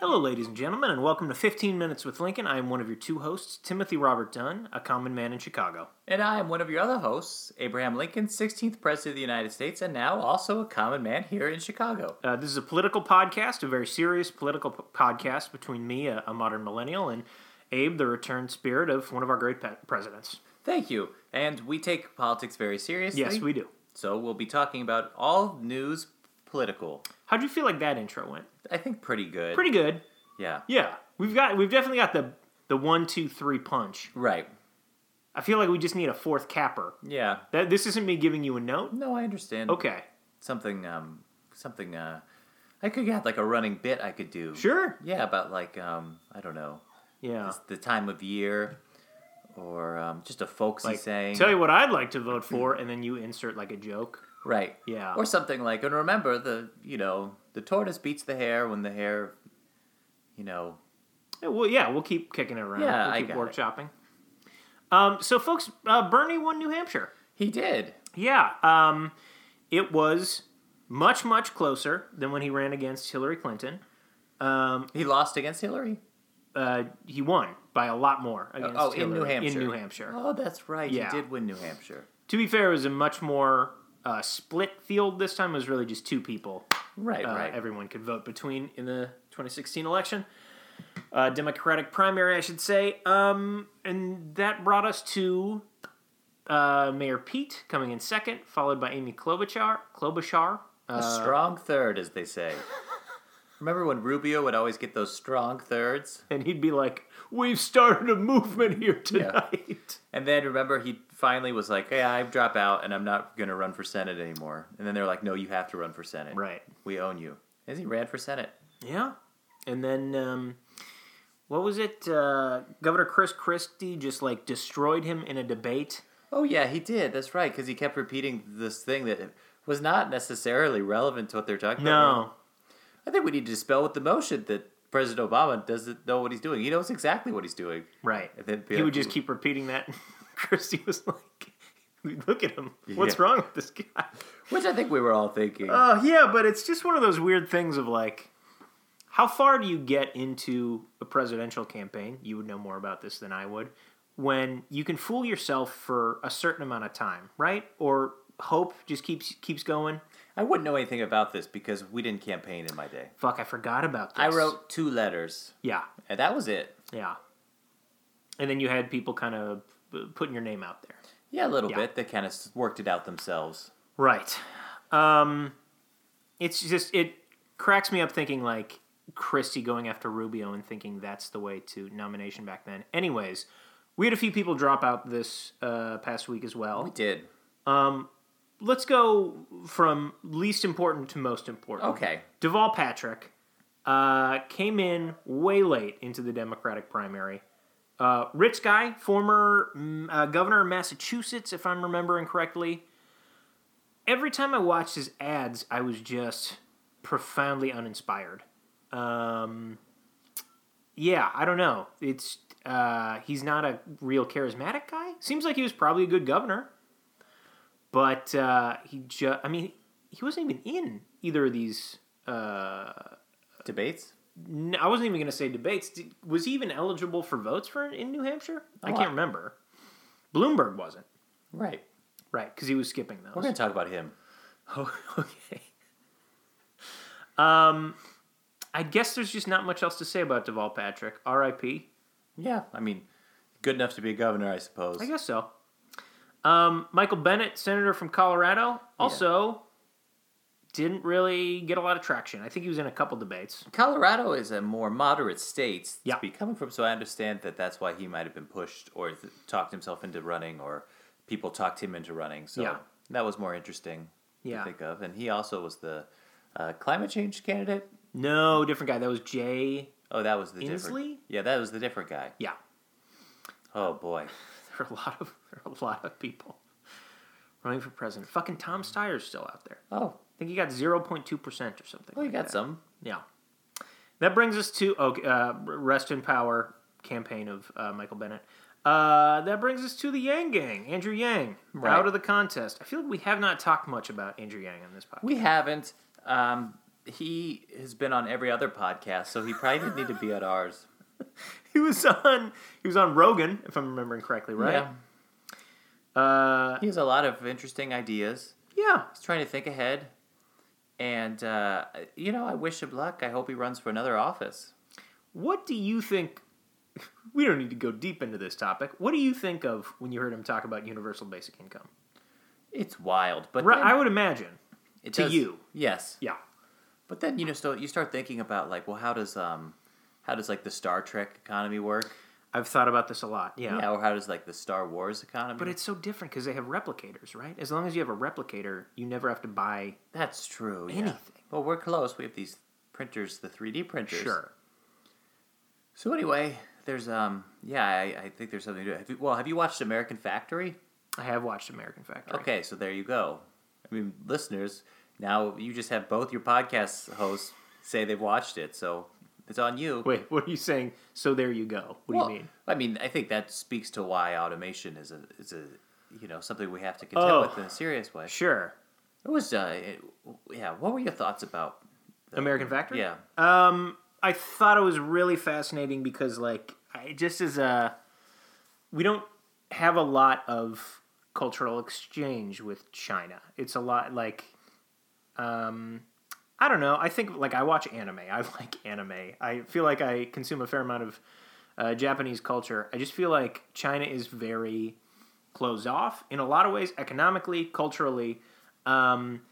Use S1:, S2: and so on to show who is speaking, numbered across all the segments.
S1: Hello, ladies and gentlemen, and welcome to 15 Minutes with Lincoln. I am one of your two hosts, Timothy Robert Dunn, a common man in Chicago.
S2: And I am one of your other hosts, Abraham Lincoln, 16th President of the United States, and now also a common man here in Chicago.
S1: Uh, this is a political podcast, a very serious political p- podcast between me, a, a modern millennial, and Abe, the returned spirit of one of our great pe- presidents.
S2: Thank you. And we take politics very seriously.
S1: Yes, we do.
S2: So we'll be talking about all news political.
S1: How'd you feel like that intro went?
S2: I think pretty good.
S1: Pretty good.
S2: Yeah.
S1: Yeah, we've got we've definitely got the the one two three punch.
S2: Right.
S1: I feel like we just need a fourth capper.
S2: Yeah.
S1: That this isn't me giving you a note.
S2: No, I understand.
S1: Okay,
S2: Something, um, something, uh, I could get like a running bit I could do.
S1: sure.
S2: Yeah, about like, um, I don't know,
S1: Yeah.
S2: just the time of year or um, just a folksy
S1: Like,
S2: saying.
S1: tell you what I'd like to vote for, and then you insert like a joke.
S2: Right.
S1: Yeah.
S2: Or something like, and remember the, you know, the tortoise beats the hare when the hare, you know,
S1: Yeah, Well, yeah, we'll keep kicking it around.
S2: Yeah,
S1: we'll
S2: I
S1: keep
S2: got it.
S1: workshopping. Um, so, folks, uh, Bernie won New Hampshire.
S2: he did.
S1: Yeah, um, it was much much closer than when he ran against Hillary Clinton. Um,
S2: He lost against Hillary.
S1: uh, he won by a lot more against
S2: oh, in New
S1: Hillary
S2: Hampshire.
S1: In New Hampshire.
S2: Oh, that's right.
S1: Yeah.
S2: He did win New Hampshire.
S1: To be fair, it was a much more uh, split field this time. It was really just two people.
S2: Right,
S1: uh,
S2: right.
S1: everyone could vote between in the 2016 election, uh, Democratic primary, I should say. Um, and that brought us to uh, Mayor Pete coming in second, followed by Amy Klobuchar. Klobuchar.
S2: a
S1: Uh,
S2: strong third, as they say. Remember when Rubio would always get those strong thirds?
S1: and he'd be like, "We've started a movement here tonight."
S2: And then remember he finally was like, "Yeah, I drop out and I'm not going to run for Senate anymore." And then they're like, "No, you have to run for Senate.
S1: Right.
S2: We own you." And he ran for Senate.
S1: Yeah. And then um, what was it? Uh, Governor Chris Christie just like destroyed him in a debate.
S2: Oh yeah, he did. That's right, because he kept repeating this thing that was not necessarily relevant to what they're talking about.
S1: No.
S2: I think we need to dispel with the motion that President Obama doesn't know what he's doing. He knows exactly what he's doing.
S1: Right.
S2: And then be
S1: He would
S2: like,
S1: just keep repeating that. Christie was like, look at him. What's
S2: Yeah.
S1: wrong with this guy?
S2: which I think we were all thinking.
S1: Oh, yeah, but it's just one of those weird things of like, how far do you get into a presidential campaign? You would know more about this than I would. When you can fool yourself for a certain amount of time, right? Or hope just keeps keeps going.
S2: I wouldn't know anything about this because we didn't campaign in my day.
S1: Fuck, I forgot about this.
S2: I wrote two letters,
S1: Yeah,
S2: and that was it.
S1: yeah. And then you had people kind of putting your name out there.
S2: Yeah, a little
S1: Yeah.
S2: bit. They kind of worked it out themselves.
S1: Right. Um, it's just it cracks me up thinking like Christie going after Rubio and thinking that's the way to nomination back then. Anyways, we had a few people drop out this uh, past week as
S2: We
S1: well.
S2: did.
S1: Let's go from least important to most important.
S2: Okay.
S1: Deval Patrick uh, came in way late into the Democratic primary. Uh, rich guy, former mm, uh, governor of Massachusetts, if I'm remembering correctly. Every time I watched his ads, I was just profoundly uninspired. Um, yeah, I don't know. It's uh, he's not a real charismatic guy. Seems like he was probably a good governor, but uh, he just I mean he wasn't even in either of these
S2: Debates?
S1: no, I wasn't even going to say debates. Did, was he even eligible for votes for in New Hampshire? I
S2: Oh,
S1: can't
S2: I-
S1: remember. Bloomberg wasn't
S2: Right.
S1: right because he was skipping
S2: We're
S1: those.
S2: going to talk about him.
S1: Oh, okay. Um, I guess there's just not much else to say about Deval Patrick. R.I.P.
S2: Yeah, I mean, good enough to be a governor, I suppose.
S1: I guess so. Um, Michael Bennett, senator from Colorado, also didn't really get a lot of traction. I think he was in a couple debates.
S2: Colorado is a more moderate state to
S1: Yeah.
S2: be coming from, so I understand that that's why he might have been pushed or th- talked himself into running, or people talked him into running. So
S1: Yeah.
S2: that was more interesting
S1: Yeah.
S2: to think of. And he also was the uh, climate change candidate.
S1: No, different guy. That was Jay.
S2: Oh, that was the
S1: Inslee?
S2: different. Yeah, that was the different guy.
S1: Yeah,
S2: Oh boy,
S1: There are a lot of there are a lot of people running for president. Fucking Tom Steyer's still out there. I
S2: oh,
S1: think he got zero point two percent or something.
S2: well, you
S1: like
S2: got
S1: that.
S2: some.
S1: Yeah. That brings us to okay, uh, rest in power campaign of uh, Michael Bennett. Uh, that brings us to the Yang Gang, Andrew Yang,
S2: Right.
S1: out of the contest. I feel like we have not talked much about Andrew Yang on this podcast.
S2: We haven't. Um, he has been on every other podcast, so he probably didn't need to be at ours.
S1: He was on he was on Rogan, if I'm remembering correctly, right? Yeah. Uh,
S2: He has a lot of interesting ideas.
S1: yeah.
S2: He's trying to think ahead. And, uh, you know, I wish him luck. I hope he runs for another office.
S1: What do you think? We don't need to go deep into this topic. What do you think of when you heard him talk about universal basic income?
S2: It's wild, but
S1: Right,
S2: then
S1: I would imagine.
S2: it
S1: to
S2: does-
S1: you.
S2: yes.
S1: Yeah.
S2: But then you know, so you start thinking about like, well, how does um, how does like the Star Trek economy work?
S1: I've thought about this a lot. Yeah.
S2: Yeah, or how does like the Star Wars economy?
S1: But it's so different because they have replicators, right? As long as you have a replicator, you never have to buy.
S2: that's true. yeah.
S1: Anything.
S2: Well, we're close. We have these printers, the three D printers.
S1: Sure.
S2: So anyway, there's um, yeah, I, I think there's something to do. Have you, well, have you watched American Factory?
S1: I have watched American Factory.
S2: Okay, so there you go. I mean, listeners, now you just have both your podcast hosts say they've watched it, so it's on you.
S1: Wait, what are you saying? So there you go. What
S2: Well,
S1: do you mean?
S2: I mean, I think that speaks to why automation is a is a you know something we have to contend
S1: Oh.
S2: with in a serious way.
S1: Sure.
S2: It was, uh, it, yeah. What were your thoughts about? the-
S1: American Factory?
S2: uh, Yeah,
S1: Um, I thought it was really fascinating because, like, I, just as a, we don't have a lot of cultural exchange with China. It's a lot like, um, I don't know. I think like I watch anime. I like anime. I feel like I consume a fair amount of uh, Japanese culture. I just feel like China is very closed off in a lot of ways, economically, culturally. Um,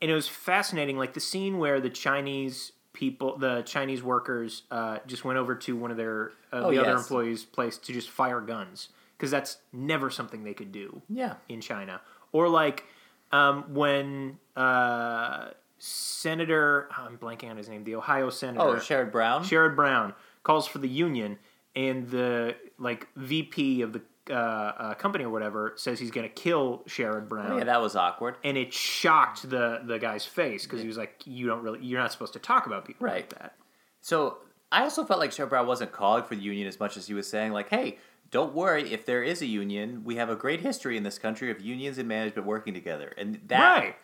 S1: and it was fascinating like the scene where the chinese people the chinese workers uh, just went over to one of their uh,
S2: Oh,
S1: the other
S2: yes.
S1: employees place to just fire guns because that's never something they could do
S2: yeah.
S1: in china or like um, when uh, senator i'm blanking on his name the ohio senator
S2: Oh, Sherrod Brown.
S1: Sherrod Brown calls for the union, and the like VP of the uh, uh, company or whatever says he's going to kill Sherrod Brown.
S2: Oh, yeah, that was awkward.
S1: and it shocked the the guy's face because he was like, "You don't really, you're not supposed to talk about people
S2: Right.
S1: like that."
S2: So I also felt like Sherrod Brown wasn't calling for the union as much as he was saying, like, "Hey, don't worry. If there is a union, we have a great history in this country of unions and management working together." And that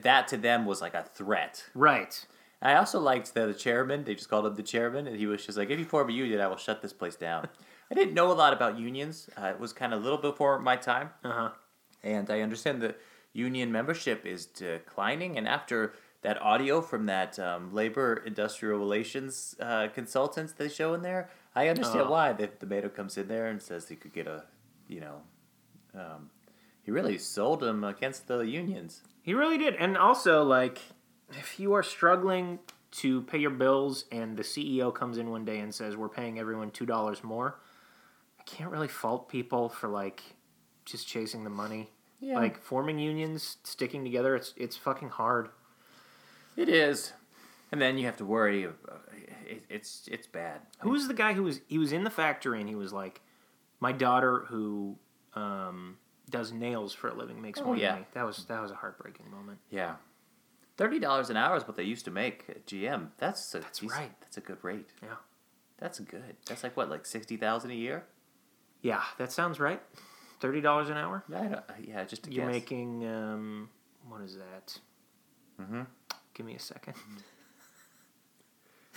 S2: that to them was like a threat.
S1: Right.
S2: I also liked that the chairman, they just called him the chairman, and he was just like, if you form a union, I will shut this place down. I didn't know a lot about unions. Uh, it was kind of a little before my time.
S1: Uh huh.
S2: And I understand that union membership is declining. And after that audio from that um, labor industrial relations uh, consultants they show in there, I understand
S1: Oh.
S2: why the, the Mato comes in there and says he could get a, you know, um, he really sold him against the unions.
S1: He really did. And also, like, if you are struggling to pay your bills and the CEO comes in one day and says, we're paying everyone $2 more, I can't really fault people for, like, just chasing the money.
S2: Yeah.
S1: Like, forming unions, sticking together, it's, it's fucking hard.
S2: It is, and then you have to worry. uh, It, it's it's bad.
S1: Who was the guy who was, he was in the factory and he was like, my daughter who, um, does nails for a living makes
S2: Oh,
S1: more
S2: yeah.
S1: than me. That was, that was a heartbreaking moment.
S2: Yeah, thirty dollars an hour is what they used to make at GM. That's a,
S1: That's
S2: decent-
S1: right.
S2: That's a good rate.
S1: Yeah.
S2: That's good. That's like what, like sixty thousand a year?
S1: Yeah, that sounds right. $30 an hour?
S2: Yeah, I don't, yeah, just a
S1: You're
S2: guess.
S1: making um, what is that? Mm-hmm.
S2: hmm
S1: Give me a second.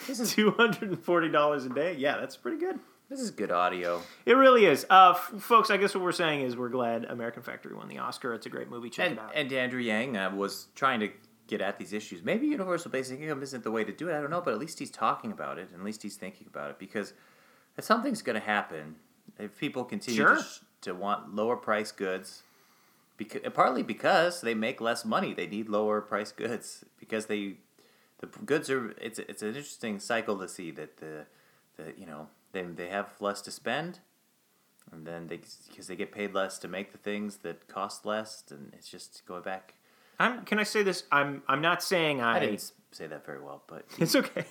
S2: This is
S1: Two hundred and forty dollars a day. Yeah, that's pretty good.
S2: this is good audio.
S1: It really is, uh, f- folks. I guess what we're saying is we're glad American Factory won the Oscar. It's a great movie. Check
S2: And
S1: it out.
S2: and Andrew Yang uh, was trying to get at these issues. Maybe universal basic income isn't the way to do it. I don't know, but at least he's talking about it. and At least he's thinking about it because if something's going to happen if people continue
S1: Sure.
S2: to, sh- to want lower price goods. Because, partly because they make less money, they need lower price goods because they the goods are it's it's an interesting cycle to see that the the you know they they have less to spend and then they because they get paid less to make the things that cost less and it's just going back
S1: I'm, can I say this? I'm. I'm not saying I.
S2: i didn't s- say that very well but
S1: It's okay.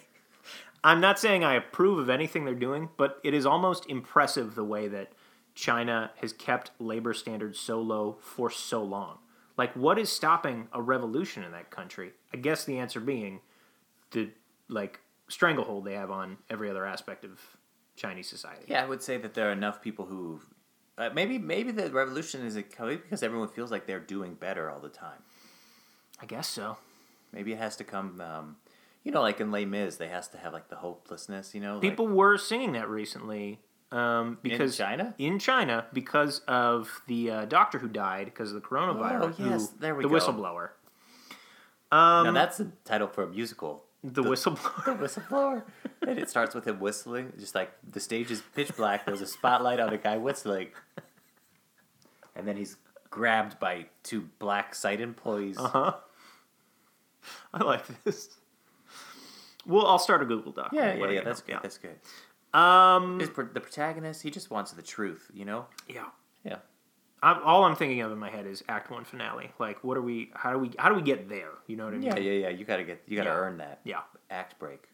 S1: I'm not saying I approve of anything they're doing, but it is almost impressive the way that China has kept labor standards so low for so long. Like, what is stopping a revolution in that country? I guess the answer being the like stranglehold they have on every other aspect of Chinese society.
S2: yeah i would say that there are enough people who uh, maybe maybe the revolution isn't coming because everyone feels like they're doing better all the time
S1: I guess so.
S2: maybe it has to come um, You know, like in Les Mis, they has to have like the hopelessness. You know, like-
S1: People were singing that recently um, because
S2: China?
S1: in China because of the uh, doctor who died because of the coronavirus.
S2: Oh, yes,
S1: who-
S2: there we
S1: the
S2: go.
S1: whistleblower. um,
S2: now that's the title for a musical.
S1: The, whistleblower.
S2: Whistleblower, and it starts with him whistling. Just like the stage is pitch black. There's a spotlight on a guy whistling, and then he's grabbed by two black site employees.
S1: Huh? I like this. Well, I'll start a Google Doc.
S2: Yeah,
S1: What
S2: yeah,
S1: do
S2: yeah.
S1: you
S2: That's
S1: know?
S2: good. That's good. Um, the protagonist, he just wants the truth, you know.
S1: Yeah. yeah.
S2: Yeah.
S1: I'm, all I'm thinking of in my head is Act One finale. Like, what are we? How do we? How do we get there? You know what I mean?
S2: Yeah, yeah, yeah. You gotta get, you gotta
S1: Yeah.
S2: earn that.
S1: Yeah.
S2: Act break.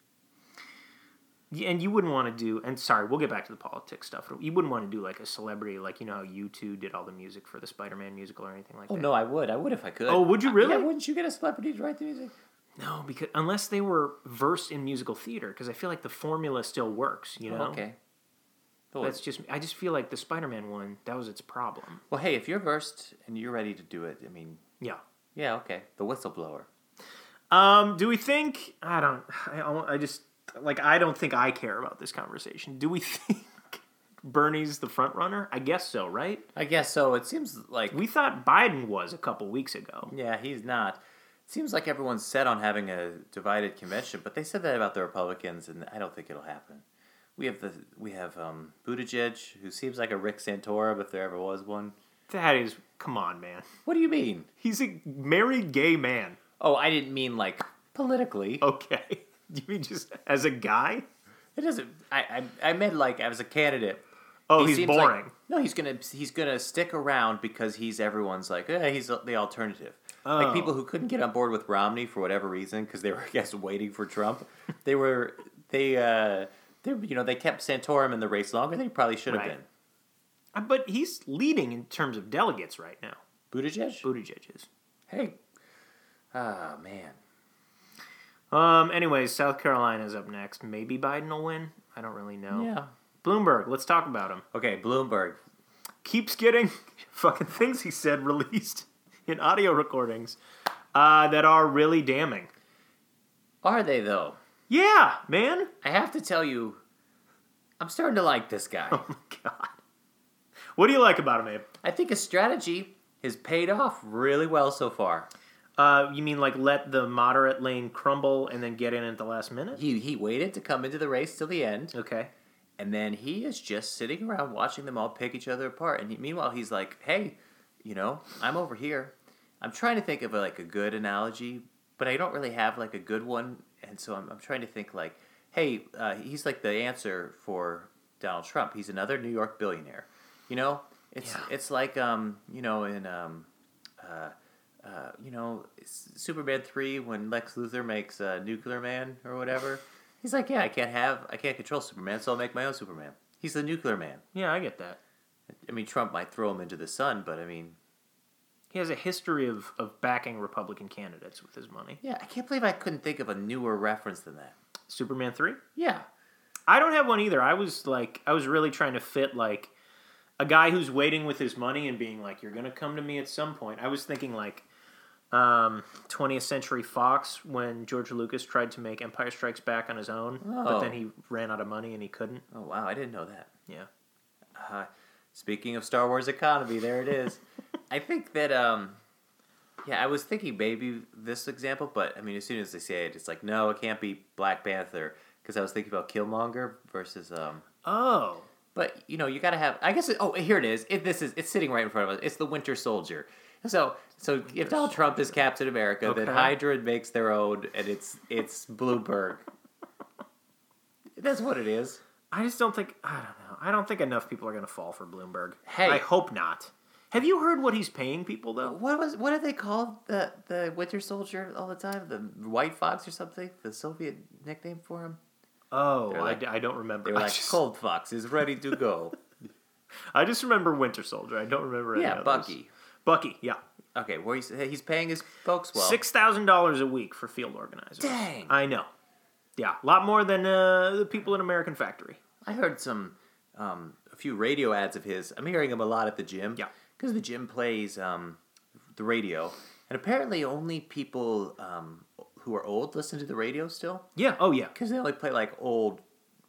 S1: Yeah, and you wouldn't want to do. And sorry, we'll get back to the politics stuff. You wouldn't want to do like a celebrity, like you know how you two did all the music for the Spider-Man musical or anything like
S2: Oh
S1: that.
S2: no, I would, I would if I could.
S1: Oh, would you
S2: I-
S1: really?
S2: Yeah, wouldn't you get a celebrity to write the music?
S1: No, because unless they were versed in musical theater, because I feel like the formula still works. You know,
S2: Oh, Okay. Well,
S1: That's just. I just feel like the Spider-Man one that was its problem.
S2: well, hey, if you're versed and you're ready to do it, I mean,
S1: Yeah.
S2: yeah, okay. The whistleblower.
S1: Um, do we think? I don't. I, al- I just like. I don't think I care about this conversation. Do we think Bernie's the front runner? I guess so, right?
S2: I guess so. It seems like
S1: We thought Biden was a couple weeks ago.
S2: yeah, he's not. It seems like everyone's set on having a divided convention, but they said that about the Republicans, and I don't think it'll happen. We have the we have um, Buttigieg, who seems like a Rick Santorum if there ever was one.
S1: That is, come on, man.
S2: What do you mean?
S1: He's a married gay man.
S2: Oh, I didn't mean like politically.
S1: Okay. You mean just as a guy?
S2: It doesn't. I, I I meant like I was a candidate.
S1: Oh,
S2: He
S1: he's
S2: seems like-
S1: boring.
S2: no, he's gonna he's gonna stick around because he's everyone's like eh, he's the alternative.
S1: Oh.
S2: Like people who couldn't get on board with Romney for whatever reason because they were I guess waiting for Trump. they were they uh they you know they kept Santorum in the race longer than he probably should have
S1: Right. Uh, but he's leading in terms of delegates right now.
S2: been. Buttigieg.
S1: Buttigieg is.
S2: hey. Ah man.
S1: Um. Anyways, South Carolina's up next. Maybe Biden will win. I don't really know.
S2: Yeah.
S1: Bloomberg. Let's talk about him.
S2: Okay, Bloomberg.
S1: keeps getting fucking things he said released in audio recordings uh, that are really damning.
S2: Are they though?
S1: Yeah, man.
S2: I have to tell you, I'm starting to like this guy.
S1: Oh my god. What do you like about him, Abe?
S2: I think his strategy has paid off really well so far.
S1: Uh, you mean like let the moderate lane crumble and then get in at the last minute?
S2: He he waited to come into the race till the end,
S1: Okay.
S2: and then he is just sitting around watching them all pick each other apart. And he, meanwhile, he's like, "Hey, you know, I'm over here. I'm trying to think of like a good analogy, but I don't really have like a good one, and so I'm I'm trying to think like, hey, uh, he's like the answer for Donald Trump. He's another New York billionaire. You know, it's
S1: Yeah.
S2: it's like um, you know, in um, uh, uh, you know, S- Superman three when Lex Luthor makes uh, Nuclear Man or whatever. He's like, yeah, I can't have, I can't control Superman, so I'll make my own Superman. He's the Nuclear Man.
S1: Yeah, I get that.
S2: I mean, Trump might throw him into the sun, but I mean,
S1: He has a history of, of backing Republican candidates with his money.
S2: yeah, I can't believe I couldn't think of a newer reference than that.
S1: Superman 3?
S2: Yeah,
S1: I don't have one either. I was like, I was really trying to fit like a guy who's waiting with his money and being like, "You're gonna come to me at some point." I was thinking like um, 20th Century Fox when George Lucas tried to make Empire Strikes Back on his own, but
S2: Oh.
S1: then he ran out of money and he couldn't.
S2: Oh wow, I didn't know that.
S1: Yeah,
S2: Uh, speaking of Star Wars economy, there it is. I think that um, yeah, I was thinking maybe this example, but I mean, as soon as they say it, it's like no, it can't be Black Panther because I was thinking about Killmonger versus um.
S1: Oh,
S2: But you know, you gotta have. I guess. It, oh, here it is. It, this is. It's sitting right in front of us. It's the Winter Soldier. So, so if Donald Trump is Captain America,
S1: Okay.
S2: then Hydra makes their own, and it's it's Bloomberg. That's what it is.
S1: I just don't think I don't know. I don't think enough people are gonna fall for Bloomberg.
S2: Hey.
S1: I hope not. Have you heard what he's paying people though?
S2: What was what did they call the the Winter Soldier all the time? The White Fox or something? The Soviet nickname for him?
S1: Oh,
S2: They're
S1: I
S2: like-
S1: d- I, don't remember.
S2: They were
S1: I,
S2: like
S1: just,
S2: Cold Fox is ready to go.
S1: I just remember Winter Soldier. I don't remember. Any
S2: yeah,
S1: others.
S2: Bucky.
S1: Bucky. Yeah.
S2: Okay, where he's he's paying his folks well.
S1: Six thousand dollars a week for field organizers.
S2: Dang.
S1: I know. Yeah, a lot more than uh, the people in American Factory.
S2: I heard some um, a few radio ads of his. I'm hearing him a lot at the gym.
S1: Yeah.
S2: because the gym plays um, the radio, and apparently only people um, who are old listen to the radio still
S1: Yeah. Oh yeah.
S2: because they only play like old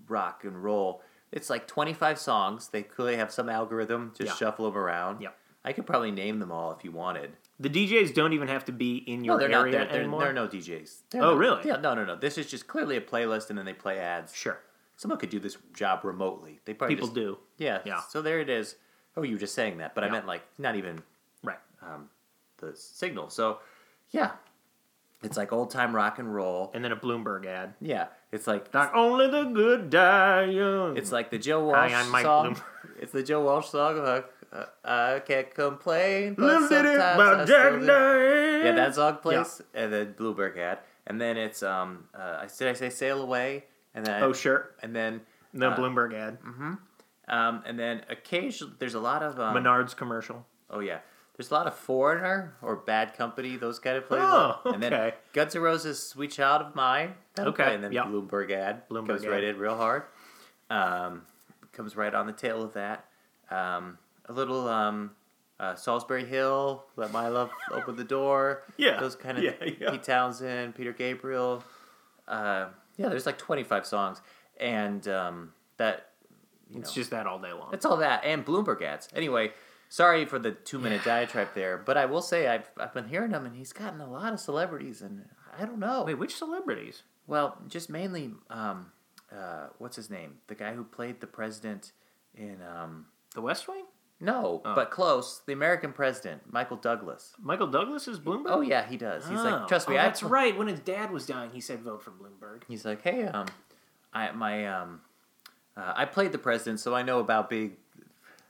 S2: rock and roll. It's like 25 songs. They clearly have some algorithm. Just
S1: Yeah.
S2: shuffle them around.
S1: Yeah.
S2: I could probably name them all if you wanted.
S1: The DJs don't even have to be in your
S2: No, they're not.
S1: area
S2: There, there,
S1: anymore.
S2: there are no DJs. They're
S1: Oh,
S2: not-
S1: really?
S2: Yeah. No, no, no. This is just clearly a playlist, and then they play ads.
S1: Sure.
S2: Someone could do this job remotely. They probably
S1: People
S2: just-
S1: do.
S2: Yeah.
S1: Yeah.
S2: So there it is. Oh, you were just saying that, but I
S1: Yeah.
S2: meant like not even
S1: Right.
S2: um, the signal. So, yeah, it's like old time rock and roll.
S1: And then a Bloomberg ad.
S2: Yeah, it's like
S1: Not only the good die young.
S2: It's like the Joe Walsh
S1: Hi, I'm Mike
S2: song.
S1: Bloom.
S2: It's the Joe Walsh song. Of, uh, I can't complain. But
S1: Little did it
S2: sometimes I
S1: about
S2: still
S1: Jack
S2: do."
S1: Daniels.
S2: Yeah, that song plays, and then Blueberg had, and then it's um. Uh, I- did I say Sail Away? And then
S1: Oh sure.
S2: and then
S1: The
S2: uh,
S1: Bloomberg ad.
S2: Um, and then occasionally there's a lot of um,
S1: Menards commercial.
S2: Oh yeah. There's a lot of Foreigner or Bad Company, those kind of plays.
S1: Oh,
S2: And then
S1: okay.
S2: Guns N' Roses' Sweet Child of Mine. that'll
S1: Okay,
S2: play, And then
S1: yeah.
S2: Bloomberg ad
S1: Bloomberg
S2: comes
S1: ad.
S2: right in real hard. Um, comes right on the tail of that. Um, a little um, uh, Salisbury Hill, Let My Love Open the Door.
S1: Yeah,
S2: Those kind of
S1: yeah, yeah.
S2: Pete Townsend, Peter Gabriel. Uh, yeah, there's like 25 songs. And um, that you
S1: It's
S2: know,
S1: just that all day long.
S2: that's all that, and Bloomberg ads. Anyway, sorry for the two minute diatribe there, but I will say I've, I've been hearing him, and he's gotten a lot of celebrities, and I don't know.
S1: Wait, which celebrities?
S2: Well, just mainly, um, uh, what's his name? The guy who played the president in um,
S1: The West Wing?
S2: no,
S1: Oh.
S2: but close. The American president, Michael Douglas.
S1: Michael Douglas is Bloomberg?
S2: Oh yeah, he does. He's like,
S1: Oh.
S2: trust me,
S1: Oh,
S2: I-
S1: that's right. When his dad was dying, he said vote for Bloomberg.
S2: He's like, hey, um, I my um, uh, I played the president, so I know about big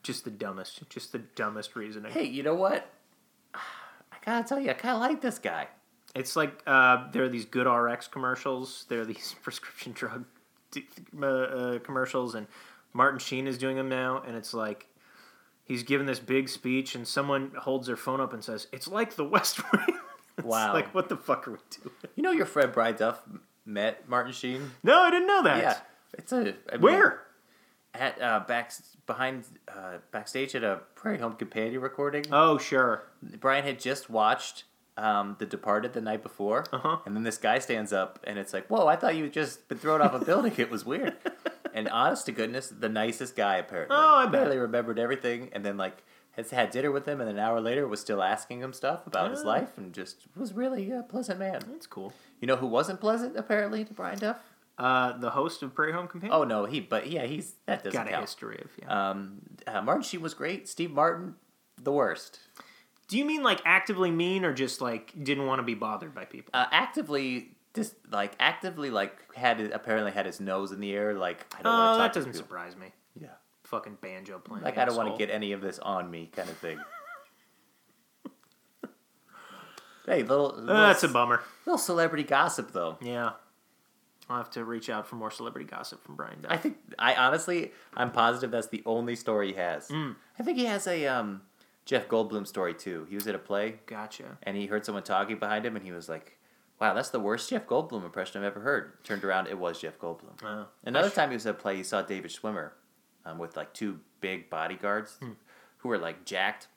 S1: Just the dumbest. Just the dumbest reasoning.
S2: hey, you know what? I gotta tell you, I kind of like this guy.
S1: It's like uh, there are these good RX commercials. There are these prescription drug t- uh, uh, commercials, and Martin Sheen is doing them now. And it's like he's giving this big speech, and someone holds their phone up and says, "It's like the West Wing." It's
S2: Wow.
S1: Like what the fuck are we doing?
S2: You know, your friend Brian Duff met Martin Sheen.
S1: No, I didn't know that.
S2: Yeah, it's a I mean,
S1: Where?
S2: at uh, back behind uh, backstage at a Prairie Home Companion recording.
S1: Oh, sure.
S2: Brian had just watched um, The Departed the night before,
S1: Uh-huh.
S2: and then this guy stands up and it's like, "Whoa, I thought you had just been thrown off a building. It was weird." And honest to goodness, the nicest guy apparently.
S1: Oh, I bet.
S2: Apparently remembered everything, and then like has had dinner with him, and an hour later was still asking him stuff about his
S1: Oh.
S2: life, and just was really a pleasant man.
S1: That's cool.
S2: You know who wasn't pleasant apparently to Brian Duff?
S1: Uh, the host of Prairie Home Companion.
S2: Oh no, he. But yeah, he's that doesn't
S1: got a
S2: count.
S1: history of yeah.
S2: Um, uh, Martin Sheen was great. Steve Martin, the worst.
S1: Do you mean like actively mean, or just like didn't want to be bothered by people?
S2: Uh, actively, just like actively, like had apparently had his nose in the air. Like I don't
S1: Oh,
S2: want to
S1: that
S2: talk.
S1: doesn't
S2: to people.
S1: surprise me.
S2: Yeah.
S1: Fucking banjo playing.
S2: Like I don't want
S1: asshole.
S2: to get any of this on me, kind of thing. hey, little, little
S1: Uh, that's a
S2: c-
S1: bummer.
S2: little celebrity gossip though.
S1: Yeah. I'll have to reach out for more celebrity gossip from Brian Duff.
S2: I think I honestly, I'm positive that's the only story he has.
S1: Mm.
S2: I think he has a um, Jeff Goldblum story too. He was at a play.
S1: gotcha.
S2: and he heard someone talking behind him, and he was like, "Wow, that's the worst Jeff Goldblum impression I've ever heard." Turned around, it was Jeff Goldblum.
S1: Oh.
S2: Another time he was at a play, he saw David Schwimmer um, with like two big bodyguards who were like jacked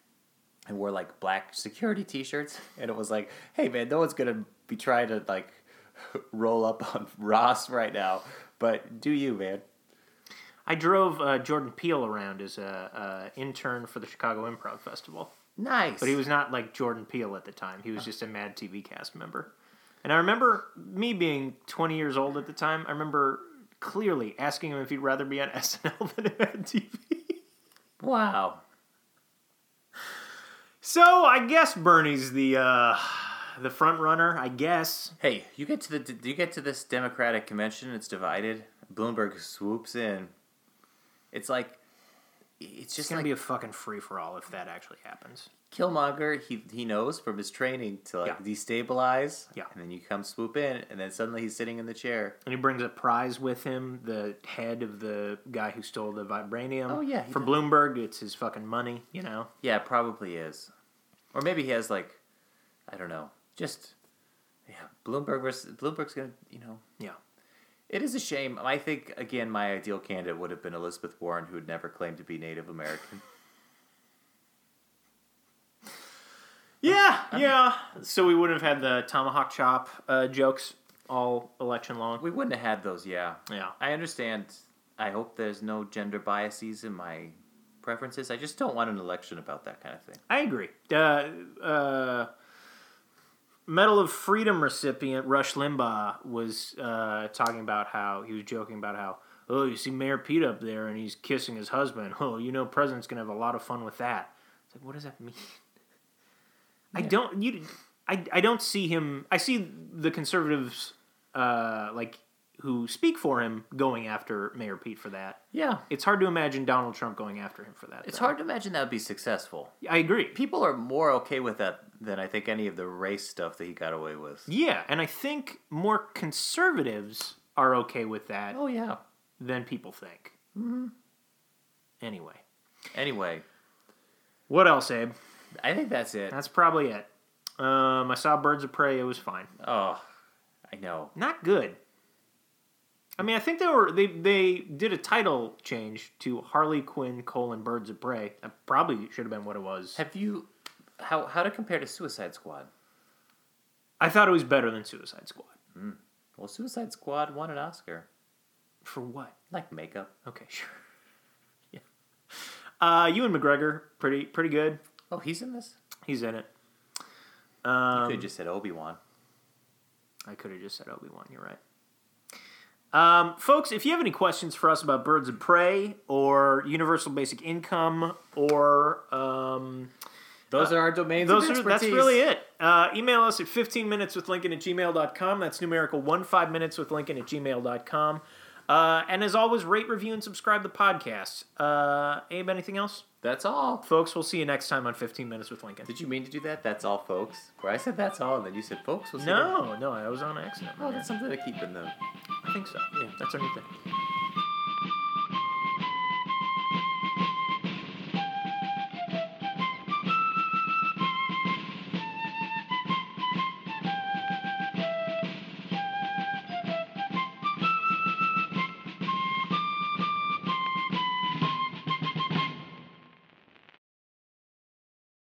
S2: and wore like black security T-shirts, and it was like, "Hey man, no one's gonna be trying to like roll up on Ross right now, but do you, man?"
S1: I drove uh, Jordan Peele around as a uh, intern for the Chicago Improv Festival,
S2: Nice,
S1: but he was not like Jordan Peele at the time. He was
S2: Oh.
S1: just a Mad TV cast member. And I remember me being 20 years old at the time. I remember clearly asking him if he'd rather be on SNL than Mad TV.
S2: wow.
S1: So I guess Bernie's the uh, the front runner. I guess
S2: Hey, you get to the do you get to this Democratic convention? It's divided. Bloomberg swoops in. It's like it's
S1: it's
S2: just
S1: gonna
S2: like
S1: be a fucking free for all if that actually happens.
S2: Killmonger. He he knows from his training to like
S1: Yeah.
S2: destabilize.
S1: Yeah.
S2: and then you come swoop in, and then suddenly he's sitting in the chair.
S1: And he brings a prize with him, the head of the guy who stole the vibranium.
S2: Oh, yeah, he
S1: For
S2: did.
S1: Bloomberg, it's his fucking money, you know?
S2: Yeah, it probably is, or maybe he has like I don't know. Just yeah, Bloomberg versus Bloomberg's gonna you know.
S1: Yeah.
S2: It is a shame. I think again, my ideal candidate would have been Elizabeth Warren, who had never claimed to be Native American.
S1: Yeah, yeah, so we wouldn't have had the tomahawk chop uh, jokes all election long.
S2: We wouldn't have had those, yeah.
S1: Yeah.
S2: I understand. I hope there's no gender biases in my preferences. I just don't want an election about that kind of thing.
S1: I agree. Uh, uh, Medal of Freedom recipient Rush Limbaugh was uh, talking about how he was joking about how oh you see Mayor Pete up there and he's kissing his husband. Oh, you know president's gonna have a lot of fun with that. It's like what does that mean? I don't you. I, I don't see him. I see the conservatives, uh, like who speak for him, going after Mayor Pete for that.
S2: Yeah.
S1: It's hard to imagine Donald Trump going after him for that.
S2: It's
S1: though.
S2: hard to imagine that would be successful.
S1: I agree.
S2: People are more okay with that than I think any of the race stuff that he got away with.
S1: Yeah, and I think more conservatives are okay with that
S2: Oh, yeah.
S1: than people think. Mm-hmm. Anyway,
S2: Anyway,
S1: what else, Abe?
S2: I think that's it.
S1: That's probably it. Um, I saw Birds of Prey. It was fine.
S2: Oh, I know.
S1: Not good. I mean, I think they were they they did a title change to Harley Quinn colon Birds of Prey. That probably should have been what it was.
S2: Have you. How, how to compare to Suicide Squad?
S1: I thought it was better than Suicide Squad.
S2: Well, Suicide Squad won an Oscar.
S1: For what?
S2: Like makeup.
S1: Okay, sure. yeah. Uh, Ewan McGregor, pretty pretty good.
S2: Oh, he's in this?
S1: He's in it.
S2: You
S1: Um,
S2: could have just said Obi Wan.
S1: I could have just said Obi Wan. You're right. Um, folks, if you have any questions for us about Birds of Prey or Universal Basic Income or um,
S2: Uh, Those are our domains.
S1: those are, that's really it. Uh, email us at 15 minutes with Lincoln at gmail.com. That's numerical one five minutes with Lincoln at gmail.com. Uh, and as always, rate, review, and subscribe to the podcast. Uh, Abe, anything else?
S2: That's all.
S1: Folks, we'll see you next time on 15 Minutes with Lincoln.
S2: Did you mean to do that? That's all, folks. Where I said that's all, and then you said folks was
S1: No, no, I was on accident.
S2: Oh,
S1: man.
S2: that's something to keep in the.
S1: I think so. Yeah, that's our new thing.